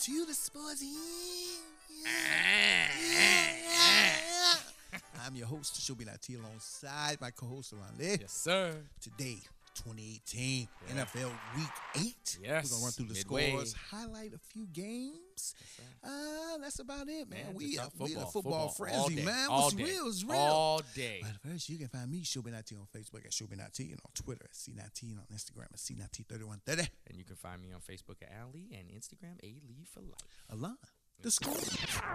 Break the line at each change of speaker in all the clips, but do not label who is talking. to the sports. I'm your host, Shobi Lati, alongside my co-host Ron Lee.
Yes, sir.
Today, 2018 NFL Week 8.
Yes,
We're going to run through the
midway.
scores, highlight a few games. uh, that's about it, man.
Man,
we,
just
are,
talk
we are
football,
football,
football all
frenzy,
day,
man.
all
What's
day,
real is real.
all day.
But first, you can find me, Shobinati, on Facebook at Shobinati and on Twitter at C19 and on Instagram at C193130.
And you can find me on Facebook at Ali and Instagram A Lee for Life.
Alon, the score.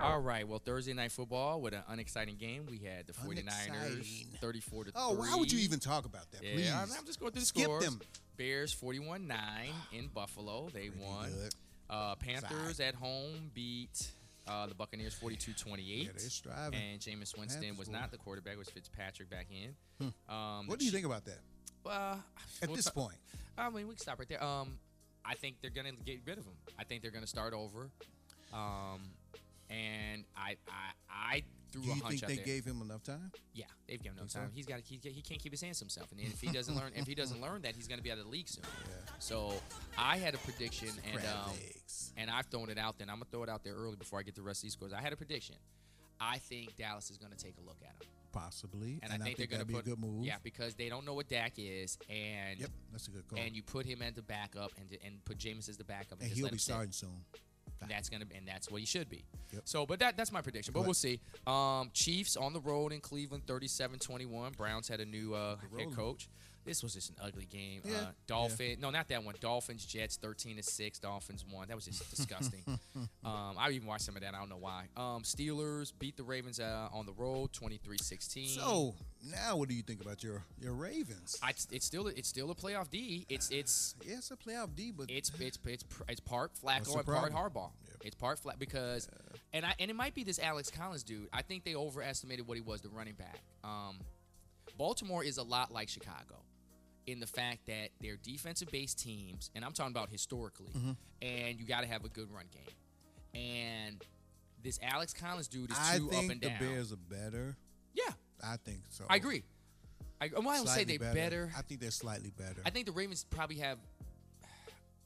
All right. Well, Thursday night football with an unexciting game. We had the 49ers
Unexciting.
34 to 3.
Oh, why would you even talk about that,
Yeah,
please?
I'm, I'm just going through the
Skip
scores.
them.
Bears 41 9 in Buffalo. They
Pretty
won.
good.
Uh, Panthers at home beat uh, the Buccaneers 42 28.
Yeah, they're striving.
And Jameis Winston
Panthers
was
won.
not the quarterback, it was Fitzpatrick back in. Um,
Hmm. What do you think about that
Uh,
at
we'll
this
ta-
point?
I mean, we can stop right there. Um, I think they're gonna get rid of him. I think they're gonna start over. Um, and I, I, I threw
Do
a
you
hunch
think
out
they
there.
gave him enough time?
yeah, they've given him
Think so?
time. He's got he, he can't keep his hands to himself, and if he doesn't learn, if he doesn't learn that, he's gonna be out of the league soon.
Yeah.
So I had a prediction, and
Crab
um,
legs.
and I've thrown it out. Then I'm gonna throw it out there early before I get the rest of these scores. I had a prediction. I think Dallas is gonna take a look at him,
Possibly.
and, I think they're gonna
that'd be
put
a good move.
Yeah, because they don't know what Dak is, and
Yep, that's a good call.
and you put him as the backup and and put Jameis as the backup and,
And
just
he'll
let
be
him sit.
starting soon.
And that's gonna and that's what he should be.
Yep.
So, but that that's my prediction. But
But-
we'll see. Um, Chiefs on the road in Cleveland, 37-21. Browns had a new uh, head
rolling.
coach. This was just an ugly game.
Yeah.
Uh, Dolphin, no, not that one. Dolphins Jets, thirteen to six. Dolphins won. That was just disgusting. um, I even watched some of that. I don't know why. Um, Steelers beat the Ravens uh, on the road, 23-16.
So now, what do you think about your your Ravens?
Mm. I, it's still it's still a playoff D. It's it's
yeah, it's a playoff D, but
It's it's it's pr- it's part
What's
Flacco
the
and part
problem?
Harbaugh. It's part Flack because, and I and it might be this Alex Collins dude. I think they overestimated what he was the running back. Um, Baltimore is a lot like Chicago, in the fact that they're defensive based teams, and I'm talking about historically,
Mm-hmm.
and you got to have a good run game, and this Alex Collins dude is
I
too
think
up and
the
down.
Bears are better.
yeah,
I think so.
I agree. I, well, I don't say
Slightly
they better.
I think they're slightly better.
I think the Ravens probably have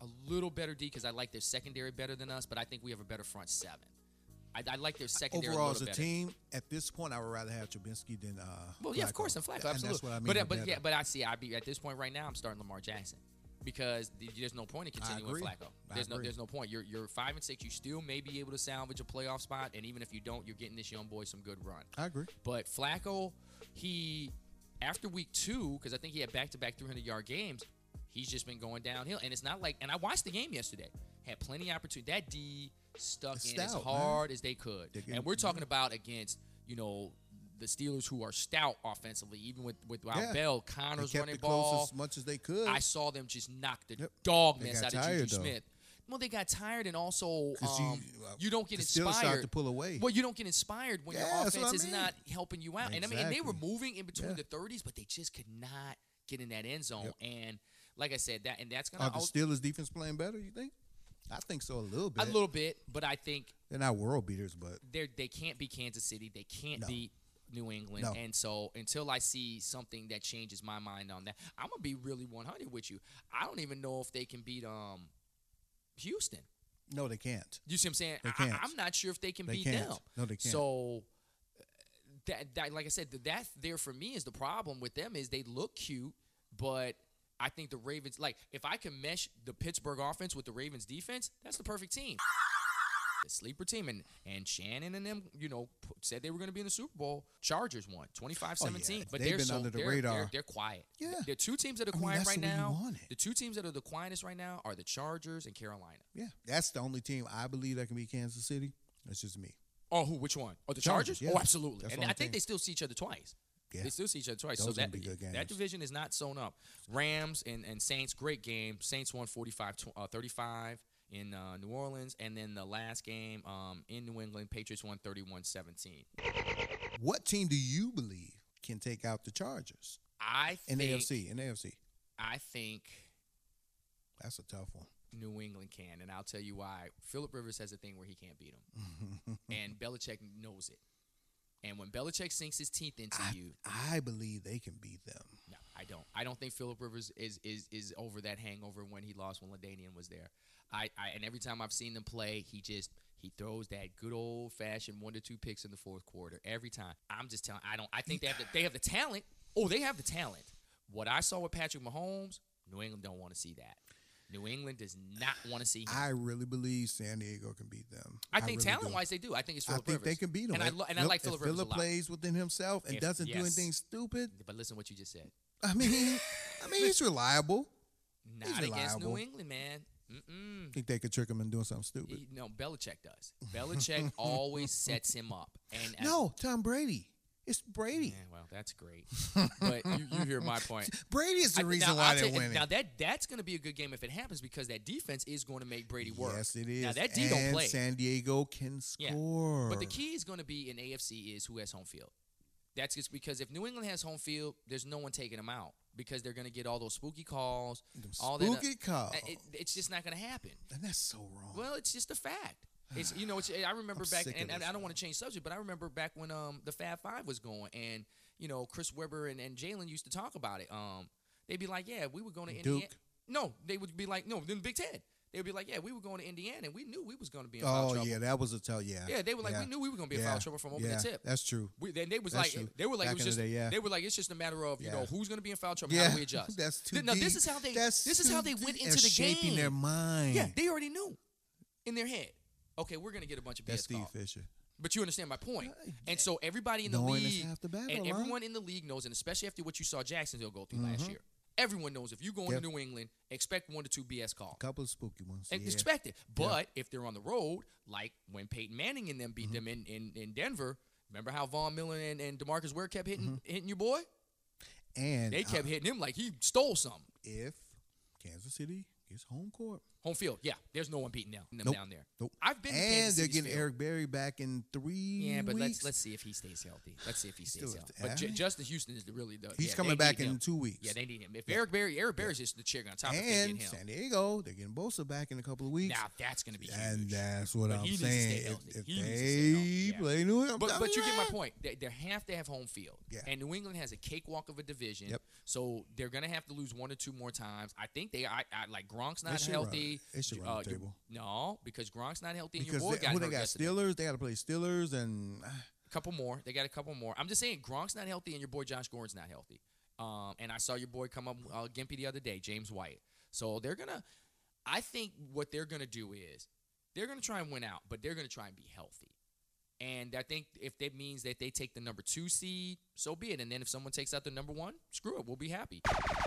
a little better D because I like their secondary better than us, but I think we have a better front seven. I, I like their secondary
Overall,
a
as a
little better.
team, at this point, I would rather have Trubinsky than uh.
Well, yeah, of
Flacco.
course, and Flacco,
Th-
absolutely.
And that's what I mean.
but uh,
by
but
better.
yeah, but I see. I be at this point right now. I'm starting Lamar Jackson because th- there's no point in continuing with
agree.
Flacco.
I
There's no
agree.
there's no point. You're you're five and six. You still may be able to salvage a playoff spot, and even if you don't, you're getting this young boy some good run.
I agree.
But Flacco, he after week two, because I think he had back-to-back 300-yard games, he's just been going downhill. And it's not like, and I watched the game yesterday. Had plenty of opportunity. That D stuck
It's
in as
stout, man.
hard as they could.
They can-
and we're talking about against, you know, the Steelers who are stout offensively, even with without
Yeah.
Bell,
They
Connors
kept
running
it
ball.
close as much as they could.
I saw them just knock the
Yep.
dog
They
mess
got
out of Juju
tired, though.
Smith. Well, they got tired, and also
'Cause you-
um,
well,
you don't get
the Steelers
inspired.
started to pull away.
Well, you don't get inspired when
Yeah,
your
that's
offense
what I
is
mean.
not helping you out. And I mean, and they were
Exactly.
moving in between
Yeah.
the 30s, but they just could not get in that end zone. And like I said, that and that's gonna
Are the
al-
Steelers defense playing better? You think? I think so a little bit.
a little bit, but I think
They're not world beaters, but
they they can't beat Kansas City. They can't
No.
beat New England.
No.
And so until I see something that changes my mind on that, I'm gonna be really 100 with you. I don't even know if they can beat um Houston.
no, they can't.
You see what I'm saying?
They
I,
can't.
I'm not sure if they can
They
beat
can't.
them.
No, they can't.
So uh, that, that like I said, th- that there for me is the problem with them is they look cute, but I think the Ravens like if I can mesh the Pittsburgh offense with the Ravens defense, that's the perfect team. The sleeper team and and Shannon and them, you know, p- said they were going to be in the Super Bowl. Chargers won 25-17, but
Oh, They've
they're
been
so,
under the
they're,
radar.
They're, they're quiet.
Yeah.
The two teams that are
I mean,
quiet
that's
right
the way you
now.
want it.
The two teams that are the quietest right now are the Chargers and Carolina.
Yeah, that's the only team I believe that can be Kansas City. That's just me.
Oh, who? Which one? Oh, the
Chargers,
Chargers.
yeah.
Oh, absolutely.
That's
and
what
I
I'm
think
thinking.
they still see each other twice.
Yeah.
They still see each other twice. so
Those gonna
that
be good games.
that division is not sewn up. Rams and, and Saints, great game. Saints won 45 tw- uh, 35 in uh, New Orleans. And then the last game um, in New England, Patriots won 31 17.
What team do you believe can take out the Chargers
I
in
think,
AFC? In AFC,
I think
that's a tough one.
New England can. And I'll tell you why. Philip Rivers has a thing where he can't beat them. and Belichick knows it. And when Belichick sinks his teeth into you,
I believe they can beat them.
no, I I don't. I don't think Philip Rivers is is is over that hangover when he lost when Ladanian was there. I, I and every time I've seen them play, he just he throws that good old fashioned one to two picks in the fourth quarter every time. I'm just telling. I don't. I think they have the, they have the talent. Oh, they have the talent. What I saw with Patrick Mahomes, New England don't want to see that. New England does not want to see him.
I really believe San Diego can beat them.
I think
really do.
talent wise they do. I think it's
I
Philip
think
Rivers.
they can beat them.
And I lo- and I like Philip Rivers a lot.
plays within himself and
If-
doesn't do
yes.
anything stupid.
But listen, to what you just said.
I mean, I mean, he's reliable.
Not
He's
against
reliable.
New England, man. Mm-mm.
I think they could trick him into doing something stupid.
He, no, Belichick does. Belichick always sets him up. And and-
no, Tom Brady. It's Brady.
Yeah, well, that's great. But you, you hear my point.
Brady is the
I-
reason
now,
why
I'll
they're
tell you-
winning.
Now that that's going to be a good game if it happens because that defense is going to make Brady work.
Yes, it is.
Now that D
and
don't play.
San Diego can
Yeah.
score.
But the key is going to be in AFC is who has home field. That's just because if New England has home field, there's no one taking them out because they're going to get all those spooky calls.
Them
all
spooky
that, uh,
calls.
It, it's just not going to happen.
and that's so wrong.
Well, it's just a fact. It's you know, it's, I remember
I'm
back,
sick of
and, and
this,
I don't want to change subject, but I remember back when um the Fab Five was going, and you know Chris Webber and, and Jalen used to talk about it. Um, they'd be like, yeah, we were going to Indiana.
Duke.
No, they would be like, no, then Big Ten. They'd be like, yeah, we were going to Indiana, and we knew we was going to be in foul
oh
trouble.
yeah, that was a tell. Yeah.
Yeah, they were like, we knew we were going to be in foul trouble from over
yeah,
the tip.
That's true.
We, then they was
That's
like,
true.
they were like,
Back
it was
in the
just,
day, yeah.
they were like, it's just a matter of you
Yeah.
know who's going to be in foul trouble,
yeah.
how do we adjust?
that's too.
Th- now this
deep.
is how they,
That's
this is
too
how they
deep
went
and
into the
shaping
game.
their mind.
Yeah, they already knew in their head. Okay, we're gonna get a bunch of
that's
BS
Steve
calls.
Fisher.
But you understand my point. And so everybody in the
Knowing is
league,
half the battle,
and
huh?
everyone in the league knows, and especially after what you saw Jacksonville go through last year, everyone knows if you go into
Mm-hmm. Yep.
New England, expect one to two BS calls.
couple of spooky ones.
And
yeah.
E, Expect it. But if they're on the road, like when Peyton Manning and them beat
Mm-hmm.
them in, in, in Denver, remember how Von Miller and, and Demarcus Ware kept hitting hitting your boy?
Mm-hmm. and uh,
They
I-
kept hitting him like he stole something.
if Kansas City gets home court.
Home field, yeah. There's no one beating them, them
Nope.
down there.
Nope.
I've been to
and
Kansas
they're
City's
getting
field.
Eric Berry back in three.
Yeah, but
weeks.
let's let's see if he stays healthy. Let's see if he stays
still
healthy.
have
But
to-
J- Justin Houston is the really the.
He's
yeah,
coming
they
back
need
in
him.
two weeks.
Yeah, they need him. If Eric Berry, Eric Berry's just the chick on top. if they
and
get him.
San Diego, they're getting Bosa back in a couple of weeks.
Now that's gonna be
and
huge.
that's what
But
I'm
he needs to stay
saying.
healthy.
If, if
He needs to stay
they
healthy, yeah.
play New England,
But,
I'm
but you get my
telling
point. They, they have to have home field.
Yeah.
And New England has a cakewalk of a division.
Yep.
So they're gonna have to lose one or two more times. I think they. I, I like Gronk's not
should run
healthy.
it. They should run the
your-
table.
No, because Gronk's not healthy. And
Because
your boy
they,
got
who
hurt
they got
yesterday.
Steelers, they got to play Steelers, and ah,
couple more. They got a couple more. I'm just saying Gronk's not healthy and your boy Josh Gordon's not healthy. Um, and I saw your boy come up uh, gimpy the other day, James White. So they're gonna. I think what they're gonna do is they're gonna try and win out, but they're gonna try and be healthy. And I think if that means that they take the number two seed, so be it. And then if someone takes out the number one, screw it, we'll be happy.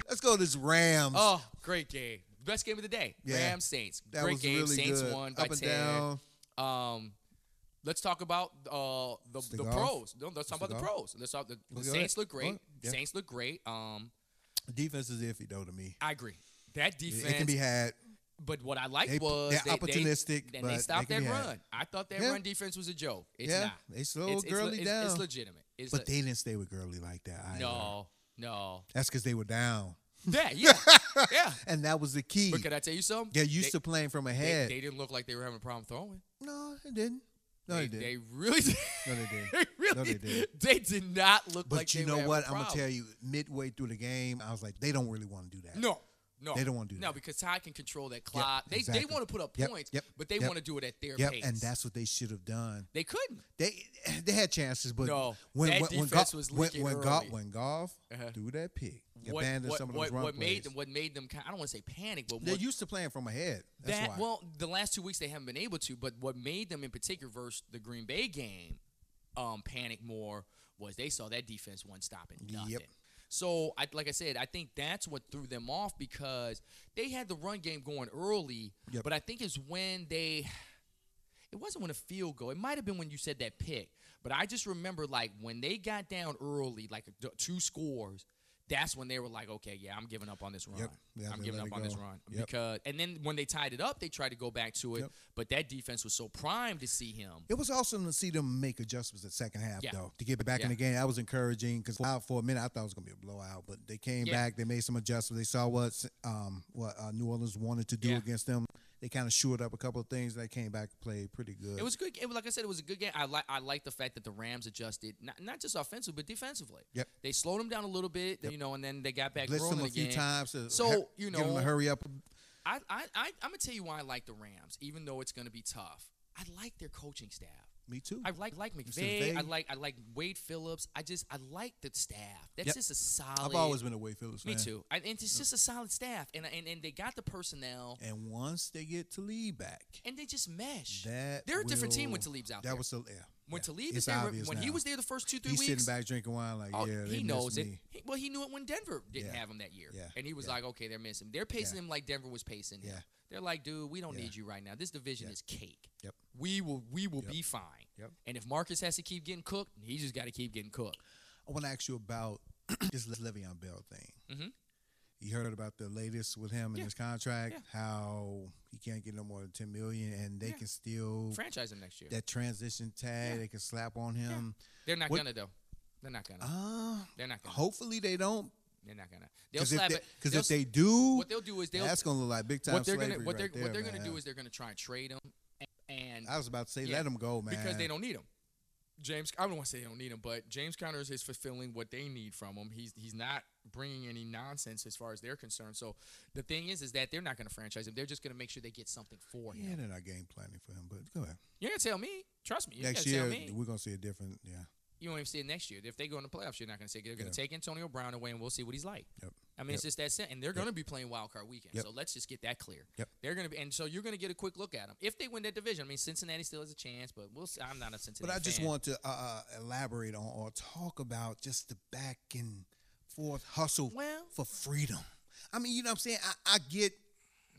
let's go to this Rams.
Oh, great game! Best game of the day.
Yeah.
Rams Saints.
that
great
was
game.
really
Saints
good.
won by
Up and
ten.
down.
Um, let's talk about uh, the,
Let's
the
go.
pros. No, let's talk
Let's
about the
go.
pros. Let's talk. The, the
Let's go.
Saints look great.
Well, yeah.
Saints look great. Um,
Defense is iffy though to me.
I agree. That
It-
defense.
It can be had.
but what I like
they-
was
they're
they-
opportunistic,
They, and
but
they
they
stopped
can
that
be had.
run. I thought that
Yeah.
run defense was a joke. It's
yeah,
not.
they slowed
It's, it's, le-
Gurley
it's,
down,
it's legitimate. It's
but
le-
they didn't stay with Gurley like that. Either.
no, no.
that's because they were down,
Yeah, yeah, yeah.
and that was the key.
But can I tell you something?
They're used
They-
to playing from
They,
ahead.
they didn't look like they were having a problem throwing.
no, it didn't. No,
they,
it didn't.
They really. did.
no, they didn't.
They really.
No, they didn't.
They did not look
But
like.
you
they
know
were having
what?
a
I'm gonna
problem.
tell you. Midway through the game, I was like, they don't really want to do that.
No. No.
They don't wanna do
No,
that.
because Ty can control that clock. they
exactly.
they want to put up
Yep,
points,
yep,
but they
yep.
want to do it at their
Yep,
pace.
and that's what they should have done.
they couldn't.
They they had chances, but
No,
when
that
when when,
defense
Goff-
was
when,
leaking
when, Goff-
early.
when golf
Uh-huh.
threw that pick,
What,
abandoned
what,
some of those
what,
run
what
plays.
made them? What made them? ki- I don't want to say panic, but
They're
what,
used to playing from ahead. That's
that
why.
well, the last two weeks they haven't been able to. But what made them in particular versus the Green Bay game, um, panic more was they saw that defense one stopping nothing.
Yep.
So, I, like I said, I think that's what threw them off because they had the run game going early,
Yep.
but I think it's when they it wasn't when a field goal. It might have been when you said that pick. But I just remember like when they got down early, like d- two scores. That's when they were like, okay, yeah, I'm giving up on this run.
Yep. Yeah,
I'm
they
giving
let
up
it
on this
go.
run
Yep.
because. And then when they tied it up, they tried to go back to it.
Yep.
But that defense was so primed to see him.
it was awesome to see them make adjustments at second half,
Yeah.
though, to get back
Yeah.
in the game. That was encouraging because for a minute I thought it was going to be a blowout, but they came
Yeah.
back. They made some adjustments. They saw what um, what uh, New Orleans wanted to do
Yeah.
against them. They kind of shored up a couple of things. They came back and played pretty good.
It was a good. It, was- like I said, it was a good game. I like. I like the fact that the Rams adjusted, not, not just offensively, but defensively.
Yep.
They slowed them down a little bit, you know, and then they got back
blitzed
rolling
them a few
again.
times. To
So,
he-
you
give them
know-
a hurry up.
I, I, I, I'm gonna tell you why I like the Rams, even though it's gonna be tough. I like their coaching staff.
Me too.
I like like McVay.
McVay.
I like I like Wade Phillips. I just I like the staff. That's
Yep.
just a solid.
I've always been a Wade Phillips
Me
fan.
too. I, and it's just a solid staff, and and and they got the personnel,
And once they get to lead back,
and they just mesh.
that
They're a different team when
will-
Talib's out
That
there.
was so yeah.
when
yeah.
Talib is
It's
there,
obvious
when he
now.
was there the first two three
he's
weeks,
sitting back drinking wine like
Oh,
yeah, they
he
missed
knows it.
me.
He- well, he knew it when Denver didn't
Yeah.
have him that year,
Yeah.
and he was
Yeah.
like, "Okay, they're missing. him. They're pacing him like Denver was pacing him.
Yeah.
They're like, dude, we don't
Yeah.
need you right now. This division is cake.
Yep.
We will, we will
Yep.
be fine.
Yep.
And if Marcus has to keep getting cooked, he just got to keep getting cooked.
I want to ask you about this Le'Veon Bell thing.
Mhm.
You heard about the latest with him and
Yeah.
his contract,
Yeah.
how he can't get no more than ten million, and they
Yeah.
can still
Franchise him next year.
that transition tag
Yeah.
they can slap on him.
They're not
What-
gonna though. They're not gonna.
Uh,
They're not gonna.
hopefully they don't,
They're not gonna. They'll
because if,
slap
they,
it.
'cause
they'll
if
s-
they do,
what they'll do is they'll.
that's gonna look like big time
what they're
slavery
gonna what they're
right there,
what they're
man.
gonna do is they're gonna try and trade him, and
I was about to say
Yeah.
let him go, man,
because they don't need him. James, I don't want to say they don't need him, but James Connors is fulfilling what they need from him. He's he's not bringing any nonsense as far as they're concerned. So the thing is, is that they're not going to franchise him. They're just going to make sure they get something for
Yeah,
him.
they're not game planning for him, but go ahead.
You're going to tell me, trust me. You're going
Next
to
year
tell me.
we're gonna see a different, yeah.
You won't even see it next year. If they go in the playoffs, you're not going to see it. They're going
Yeah.
to take Antonio Brown away, and we'll see what he's like.
Yep.
I mean, it's just that simple. And they're going to be playing wild card weekend.
Yep.
So let's just get that clear.
Yep.
They're going to be, and so you're going to get a quick look at them if they win that division. I mean, Cincinnati still has a chance, but we'll. See. I'm not a Cincinnati.
But I just
fan.
want to uh, uh, elaborate on or talk about just the back and forth hustle
Well-
for freedom. I mean, you know what I'm saying? I, I get,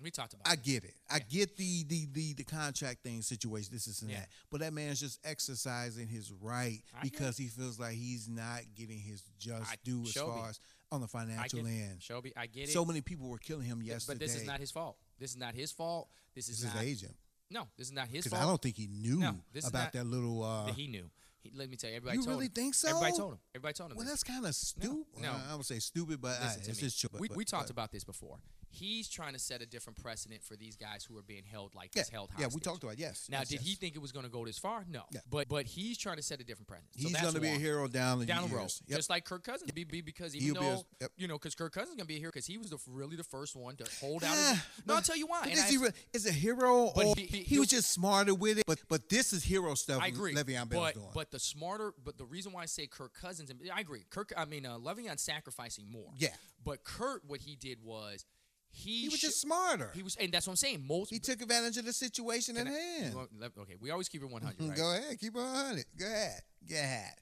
We talked about.
I
it.
get it. I get the the the, the contract thing situation. This is and
Yeah.
that. But that man's just exercising his right
I get
because he feels like he's not getting his just
I-
due as
Shelby.
far as on the
I
financial
get,
end.
Shelby, I get it.
So many people were killing him
Th-
yesterday.
but this is not his fault. This is not his fault. This is
This is
not,
agent
No, this is not his
because I
fault.
don't think he knew
No, this is
about
not-
that little. Uh,
that he knew. He, let me tell you, everybody
You
told
really
him.
think so?
Everybody told him. Everybody told him.
well,
this.
that's kind of stupid.
no.
I would say stupid, but uh,
Listen to
it's
me.
just true.
we,
but-
we
but-
talked about this before. He's trying to set a different precedent for these guys who are being held like
yeah,
this, held
Yeah,
hostage.
we talked about it, yes.
Now,
yes,
did
yes.
he think it was going to go this far? No.
Yeah.
But but he's trying to set a different precedent. So
He's
that's
going to be a
why.
hero down the
down the road,
years. Yep.
just like Kirk Cousins. Be, be because even
He'll be a-
though
yep.
you know, because Kirk Cousins is gonna be here because he was the, really the first one to hold out.
Ah,
his, no, I'll
but-
tell you why.
But
and
is
I-
he re- is a hero,
But
or
he-
he,
he-
was
he'll-
just smarter with it? But but this is hero stuff.
I agree.
Le'Veon Bell's
but,
doing.
But the smarter, but the reason why I say Kirk Cousins, and I agree. Kirk, I mean, uh, Le'Veon sacrificing more.
Yeah.
But Kurt, what he did was he,
he was
sho-
just smarter.
he was, and that's what I'm saying. Most
He took advantage of the situation at
and I-
hand.
you want- Le- okay, we always keep it 100.
Mm,
Right?
Go ahead, keep on it. Go ahead, go ahead.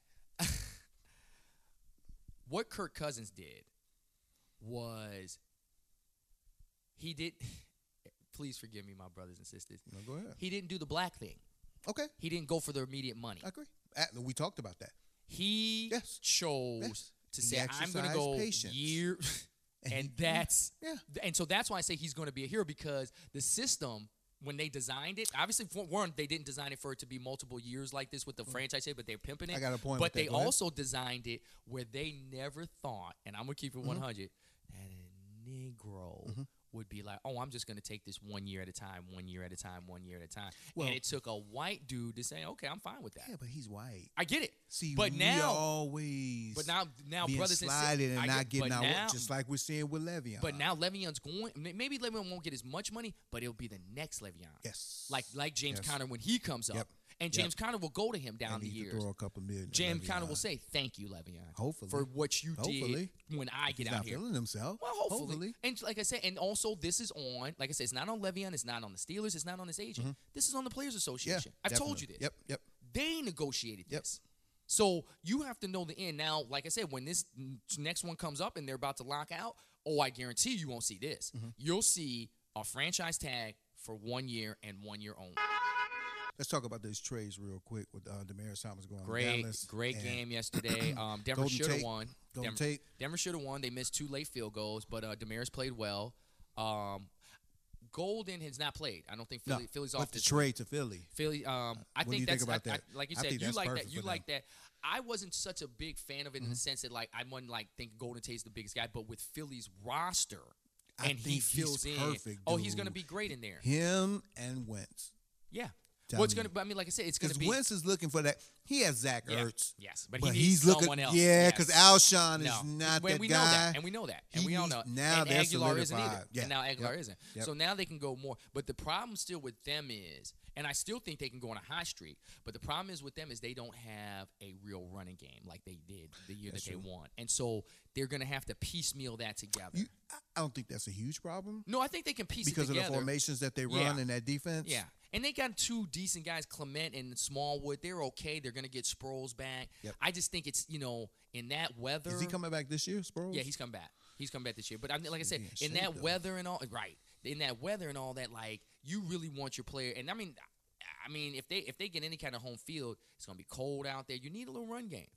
what Kirk Cousins did was he did. Please forgive me, my brothers and sisters.
No, go ahead.
He didn't do the black thing.
Okay,
He didn't go for the immediate money.
I agree. Uh, we talked about that.
He
Yes.
chose
Yes.
to
He
say, "I'm going to
exercised
go
patience."
year,"
And
and
he-
that's
Yeah.
and so that's why I say he's going to be a hero because the system when they designed it, obviously for one they didn't design it for it to be multiple years like this with the franchise, but they're pimping it.
Mm. I got a point
But
with that.
they
Go ahead.
also designed it where they never thought, and I'm gonna keep it
Mm-hmm.
100, that a Negro. Would be like, oh, I'm just gonna take this one year at a time, one year at a time, one year at a time.
Well-
and it took a white dude to say, okay, I'm fine with that.
Yeah, but he's white.
I get it.
See,
but
we
now,
are always
but now, now,
being
brothers
slided
and,
and,
sis- I
not
get-
getting
but
out,
now,
just like uh, we're seeing with Le'Veon.
But now Le'Veon's going. may- Maybe Le'Veon won't get as much money, but it'll be the next Le'Veon.
yes,
Like like James
Yes.
Conner when he comes up,
Yep.
and
Yep.
James Conner will go to him
I
down the
need to
years.
throw a couple million. at
James Conner
Le'Veon.
will say, "Thank you, Le'Veon,
Hopefully.
for what you
Hopefully.
did when I get
he's
out
not
here."
feeling himself.
Well, hopefully. and like I said, and also this is on. Like I said, it's not on Le'Veon, it's not on the Steelers, it's not on his agent. This is on the Players
Mm-hmm. Yeah,
Association. I've told you
definitely.
this.
Yep, yep.
They negotiated
Yep.
this. So you have to know the end. Now, like I said, when this n- next one comes up and they're about to lock out, oh, I guarantee you won't see this.
Mm-hmm.
You'll see a franchise tag for one year and one year only.
Let's talk about those trades real quick with uh, Demaris Thomas going. to
Great,
Dallas
great
and
game yesterday. Um, Denver
Golden
should have
Tate.
won.
Golden
Denver,
Tate.
Denver should have won. They missed two late field goals, but uh, Damaris played well. Um, Golden has not played. I don't think
No,
Philly, Philly's
but
off
the
this
trade to Philly.
Philly. Um, I
Uh, What do
think
you
that's
think about
I- I-
that?
like you
I
said,
think
you
that's
like that.
perfect
You
for Mm-hmm.
like that. I wasn't such a big fan of it in the sense that like I wasn't like think Golden Tate's the biggest guy, but with Philly's roster,
I
and he
think
fills
he's
in.
perfect,
oh, he's gonna
dude.
be great in there.
Him and Wentz.
Yeah.
Tell
Well, it's
me.
gonna. I mean, like I said, it's gonna
Because
be.
Wentz is looking for that. He has Zach
yeah,
Ertz.
yes, but, he needs
he's
someone
looking,
else.
yeah, because
yes.
Alshon is
No.
not
Well,
that
we
guy.
know that, and we know that, and
He
we all know.
needs- now
and
they're
Aguilar isn't either.
solidified. Yeah.
And now Aguilar
Yep.
isn't.
Yep.
So now they can go more. But the problem still with them is, and I still think they can go on a high streak. But the problem is with them is they don't have a real running game like they did the year
That's
that they
true.
won, and so they're gonna have to piecemeal that together.
You- I- I don't think that's a huge problem
no, I think they can piece
because
it
of the
together.
formations that they
Yeah.
run and that defense.
Yeah. And they got two decent guys, Clement and Smallwood. They're okay. They're gonna get Sproles back.
Yep.
I just think it's you know in that weather.
Is he coming back this year, Sproles?
Yeah, he's come back. He's come back this year. But I mean, like I said,
Yeah,
in
shape
that
though.
weather and all, right? In that weather and all that, like you really want your player. And I mean, I mean, if they if they get any kind of home field, it's gonna be cold out there. You need a little run game.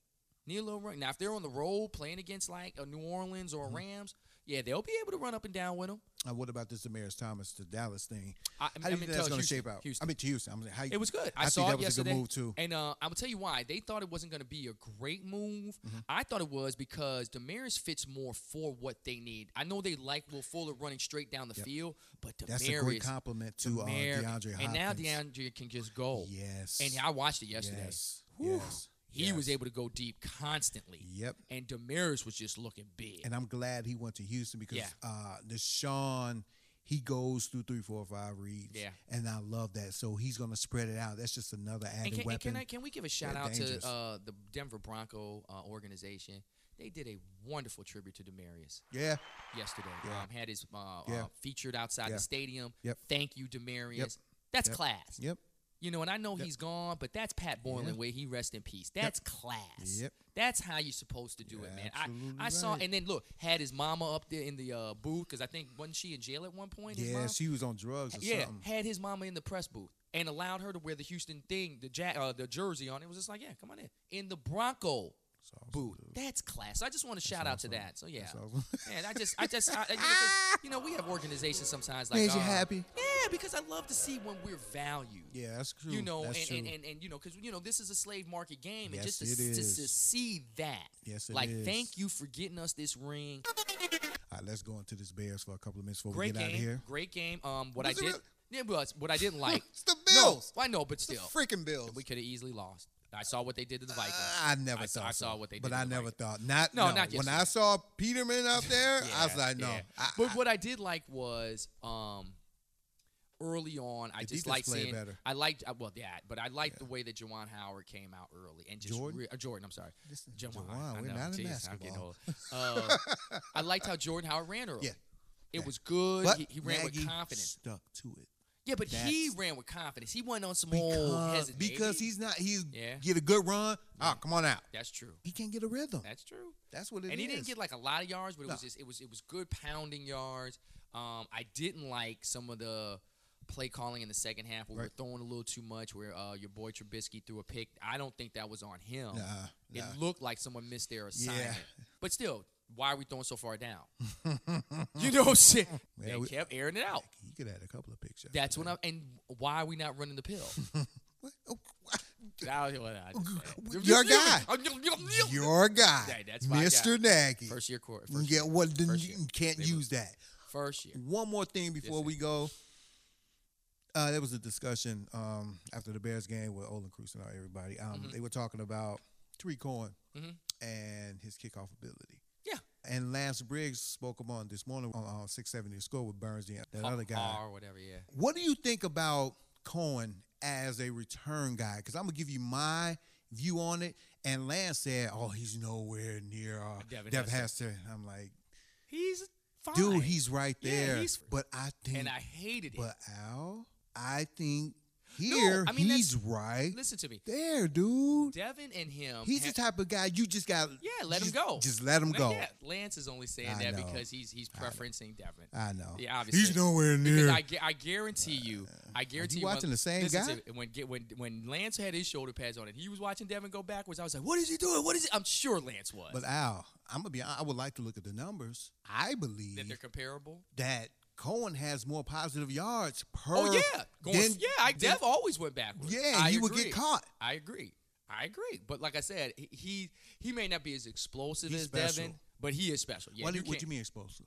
Need a little run. Now, if they're on the road playing against like a New Orleans or a
Mm-hmm.
Rams, yeah, they'll be able to run up and down with them.
Uh, what about this Damaris Thomas to Dallas thing?
I,
How do you think that's
tell
going to
Houston-
shape out?
Houston.
I mean, to Houston. I'm saying, how you,
It was good. I,
I think
saw
that
it
was a good
yesterday.
move, too.
And uh, I'm gonna tell you why they thought it wasn't gonna be a great move.
Mm-hmm.
I thought it was because Damaris fits more for what they need. I know they like Will Fuller running straight down the field, but Damaris,
That's a great compliment to uh,
Damaris-
DeAndre Hopkins.
and now DeAndre can just go.
Yes.
And I watched it yesterday.
Yes.
Whew.
Yes.
He was
Yes.
able to go deep constantly.
Yep.
And Damaris was just looking big.
And I'm glad he went to Houston because
Yeah.
uh, Deshaun, he goes through three, four, five reads.
Yeah.
And I love that. So he's going to spread it out. That's just another added
And can, and
weapon.
can I can we give a shout out
dangerous.
to uh, the Denver Bronco uh, organization? They did a wonderful tribute to Demarius
yeah.
yesterday.
Yeah.
Um, had his uh,
Yeah.
uh, featured outside
Yeah.
the stadium.
Yep.
Thank you, Demarius.
Yep.
That's
Yep.
class.
Yep.
You know, and I know he's gone, but that's Pat Boylan where he rest in peace. That's class.
Yep.
That's how you're supposed to do
You're
it, man. I, I
absolutely
saw,
right.
and then look, had his mama up there in the uh, booth because I think wasn't she in jail at one point? his
Yeah,
mom?
she was on drugs or
yeah,
something.
had his mama in the press booth and allowed her to wear the Houston thing, the ja- uh, the jersey on. It was just like, yeah, come on in. In the
awesome,
Bronco booth. That's class. I just want to shout out to that. So yeah,
That's awesome.
man, I just, I just, I, you, know, 'cause, you know, we have organizations sometimes like,
Makes you
uh,
happy.
Yeah, because I love to see when we're valued.
Yeah, that's true.
You know, and,
that's true.
and, and, and you know, because you know, this is a slave market game, and
Yes,
just to,
it
s-
is.
to, to see that,
Yes, it
like,
is.
thank you for getting us this ring.
All right, let's go into this Bears for a couple of minutes before
Great
we get out of
game,
here.
great game. Um, what
Was it
I did,
really?
yeah, it was what I didn't like.
It's the Bills.
No, I know, but still,
freaking Bills.
we could have easily lost. I saw what they did to the Vikings.
Ah, I never
I
thought.
saw- I saw
so.
what they
but
did
I
to the
never
Vikings.
thought. Not
No,
no,
not
when
yesterday.
I saw Peterman up there, I was
Yeah,
like, no.
yeah.
I-
but
I-
what I did like was um, early on. I
The
just
defense
liked
played
seeing.
better.
I liked uh, well that, but I liked the way that Jawan Howard came out early and just
Jordan?
re- uh, Jordan. I'm sorry,
This is
Jawan.
Jawan,
I
we're
know,
not in
jeez, I'm getting
basketball.
old. Uh, I liked how Jordan Howard ran early.
Yeah,
It
yeah.
was good.
but
he, he ran
Nagy
with confidence.
Stuck to it
Yeah, but he
That's-
ran with confidence. He wasn't on some old
because,
hesitant.
because he's not. He's
Yeah.
get a good run. Ah, come on out.
That's true.
He can't get a rhythm.
That's true.
That's what it is.
and he didn't get like a lot of yards, but it was
No.
just it was it was good pounding yards. Um, I didn't like some of the play calling in the second half where we
Right.
were throwing a little too much. Where uh, your boy Trubisky threw a pick. I don't think that was on him.
Nah,
It
nah.
looked like someone missed their
Yeah.
assignment. But still, why are we throwing so far down? you know what I'm saying?
Yeah,
they
we-
kept airing it out.
He could have had a couple of pictures.
That's when I and why are we not running the pill?
What? Oh,
that was what I just said.
Your guy. your guy,
Hey, that's my guy.
Mr. Nagy.
First year quarter. First
Yeah,
year.
well, then
First
you
year.
can't
They
use that.
First year.
One more thing before
sir.
we go. Uh, there was a discussion um, after the Bears game with Olin Cruz and all everybody. Um,
Mm-hmm.
They were talking about Tariq Cohen
Mhm.
and his kickoff ability.
Yeah.
And Lance Briggs spoke about it this morning on uh, 670 score with Burns, the, that other guy.
Har or whatever. Yeah.
What do you think about Cohen as a return guy? Because I'm gonna give you my view on it. And Lance said, "Oh, he's nowhere near uh,
Devin
Devin,
Hester.
Hester." I'm like,
He's fine.
dude, he's right
Yeah,
there.
he's-
but I think,
and I hated it.
but Al, I think here
I mean, that's-
he's right
Listen to me,
there, dude.
Devin and him.
He's
ha-
the type of guy you just got.
Yeah, let him
just-
go.
Just let him
Let-
go.
yeah, Lance is only saying
I
that
know.
because he's he's preferencing Devin.
I know.
Yeah, obviously.
he's nowhere
Because
near.
I, gu- I guarantee you, I guarantee you.
watching the same
listen
guy?
to me, when get- when when Lance had his shoulder pads on and he was watching Devin go backwards, I was like, "What is he doing? What is he?" I'm sure Lance was
but Al, I'm gonna be. I would like to look at the numbers. I believe
that they're comparable.
that Cohen has more positive yards per.
oh yeah, going,
than-
yeah. I,
than-
Dev always went backwards.
yeah,
I
he would
agree.
get caught.
I agree. I agree. But like I said, he he, he may not be as explosive
He's
as
special.
Devin, but he is special. Yeah,
what, do-
you
what
can't-
you mean explosive?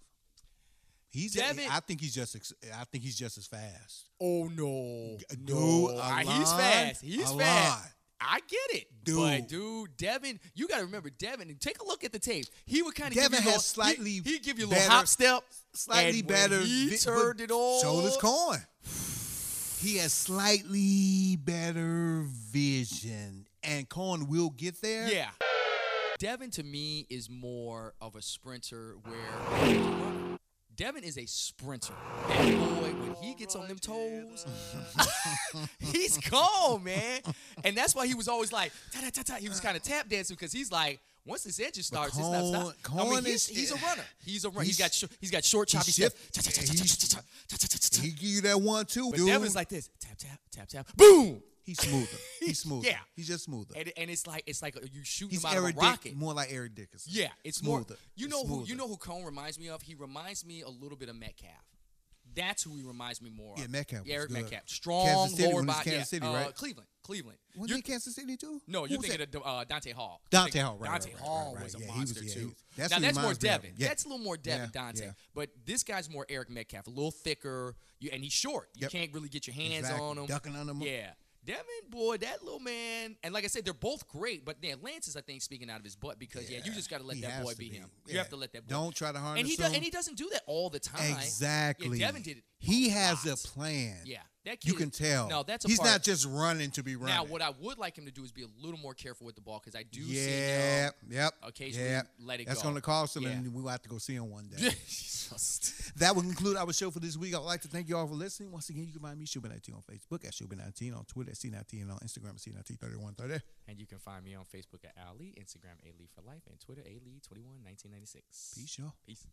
He's.
Devin-
I think he's just. ex- I think he's just as fast.
Oh no,
Dude,
no,
a
I- uh, he's
line,
fast.
a
He's fast.
line.
I get it,
Dude.
But dude, Devin, you got to remember Devin. And take a look at the tapes. He would kind of
Devin
give you
has
little-
slightly
He he'd give you a
better-
little hop step,
Slightly
and when
better.
He
vi- but
turned it all.
So does Cohen. He has slightly better vision, and Cohen will get there.
Yeah. Devin to me is more of a sprinter where Devin is a sprinter. That boy, when he gets on them toes, he's gone, man. And that's why he was always like, ta ta ta ta. He was kind of tap dancing because he's like, once this engine starts, it's not
Cohen-
stop. I mean,
Cohen
he's,
is-
he's a runner. He's a runner.
he's-
He's got shor- he's got short, choppy steps.
shift-
Ta ta ta ta ta
he's-
ta ta ta ta ta ta.
He give you that one too,
But
dude.
Devin's like this, tap tap tap tap, boom.
he's smoother. He's smoother.
Yeah.
He's just smoother.
And, and it's like it's like you shoot
he's
him out of a
Eric Dick-
rocket.
more like Eric Dickerson.
Yeah, it's more.
Smoother.
You
It's
know who
smoother.
you know who Cone reminds me of. He reminds me a little bit of Metcalf. That's who he reminds me more of.
Yeah, Metcalf was
Eric
good.
Metcalf, strong
Kansas City,
lower
when he's
body.
Kansas
yeah,
City,
uh,
right?
Cleveland, Cleveland.
Wasn't
You're-
he in Kansas City too?
no,
Who
you're
was
thinking
that?
of uh, Dante Hall.
Dante
Think-
Hall, right,
Dante
right, right,
Hall
right,
was a
right. Yeah, he was-
monster
yeah, he
too.
was- that's
now
who
that's more
reminds me of.
Devin.
Yeah.
That's a little more Devin
Yeah,
Dante.
yeah.
But this guy's more Eric Metcalf, a little thicker, you, and he's short. You
Yep.
can't really get your hands
Exactly.
on him.
Ducking under him.
Yeah. Devin, boy, that little man, and like I said, they're both great, but then Lance is, I think, speaking out of his butt because yeah, you just got to let
he
that
has
boy
to
be
be.
him. You
Yeah.
have to let that boy.
Don't try to harness
And he do,
him.
and he doesn't do that all the time. Yeah,
Exactly.
Devin did it.
He
a
has
lot.
a plan.
Yeah, that
You
kid-
can tell.
No, that's a
he's
part-
not just running to be running.
Now, what I would like him to do is be a little more careful with the ball because I do see
yeah,
him.
yep.
occasionally
yep.
let it
That's
go.
going to cost him,
Yeah.
and we'll have to go see him one day.
Jesus.
that will conclude our show for this week. I'd like to thank you all for listening. Once again, you can find me, Shubin19, on Facebook at Shubin19, on Twitter at C19, and on Instagram at C193130.
And you can find me on Facebook at Ali, Instagram A Lee for Life, and Twitter A Lee 21 1996.
Peace, y'all.
Peace.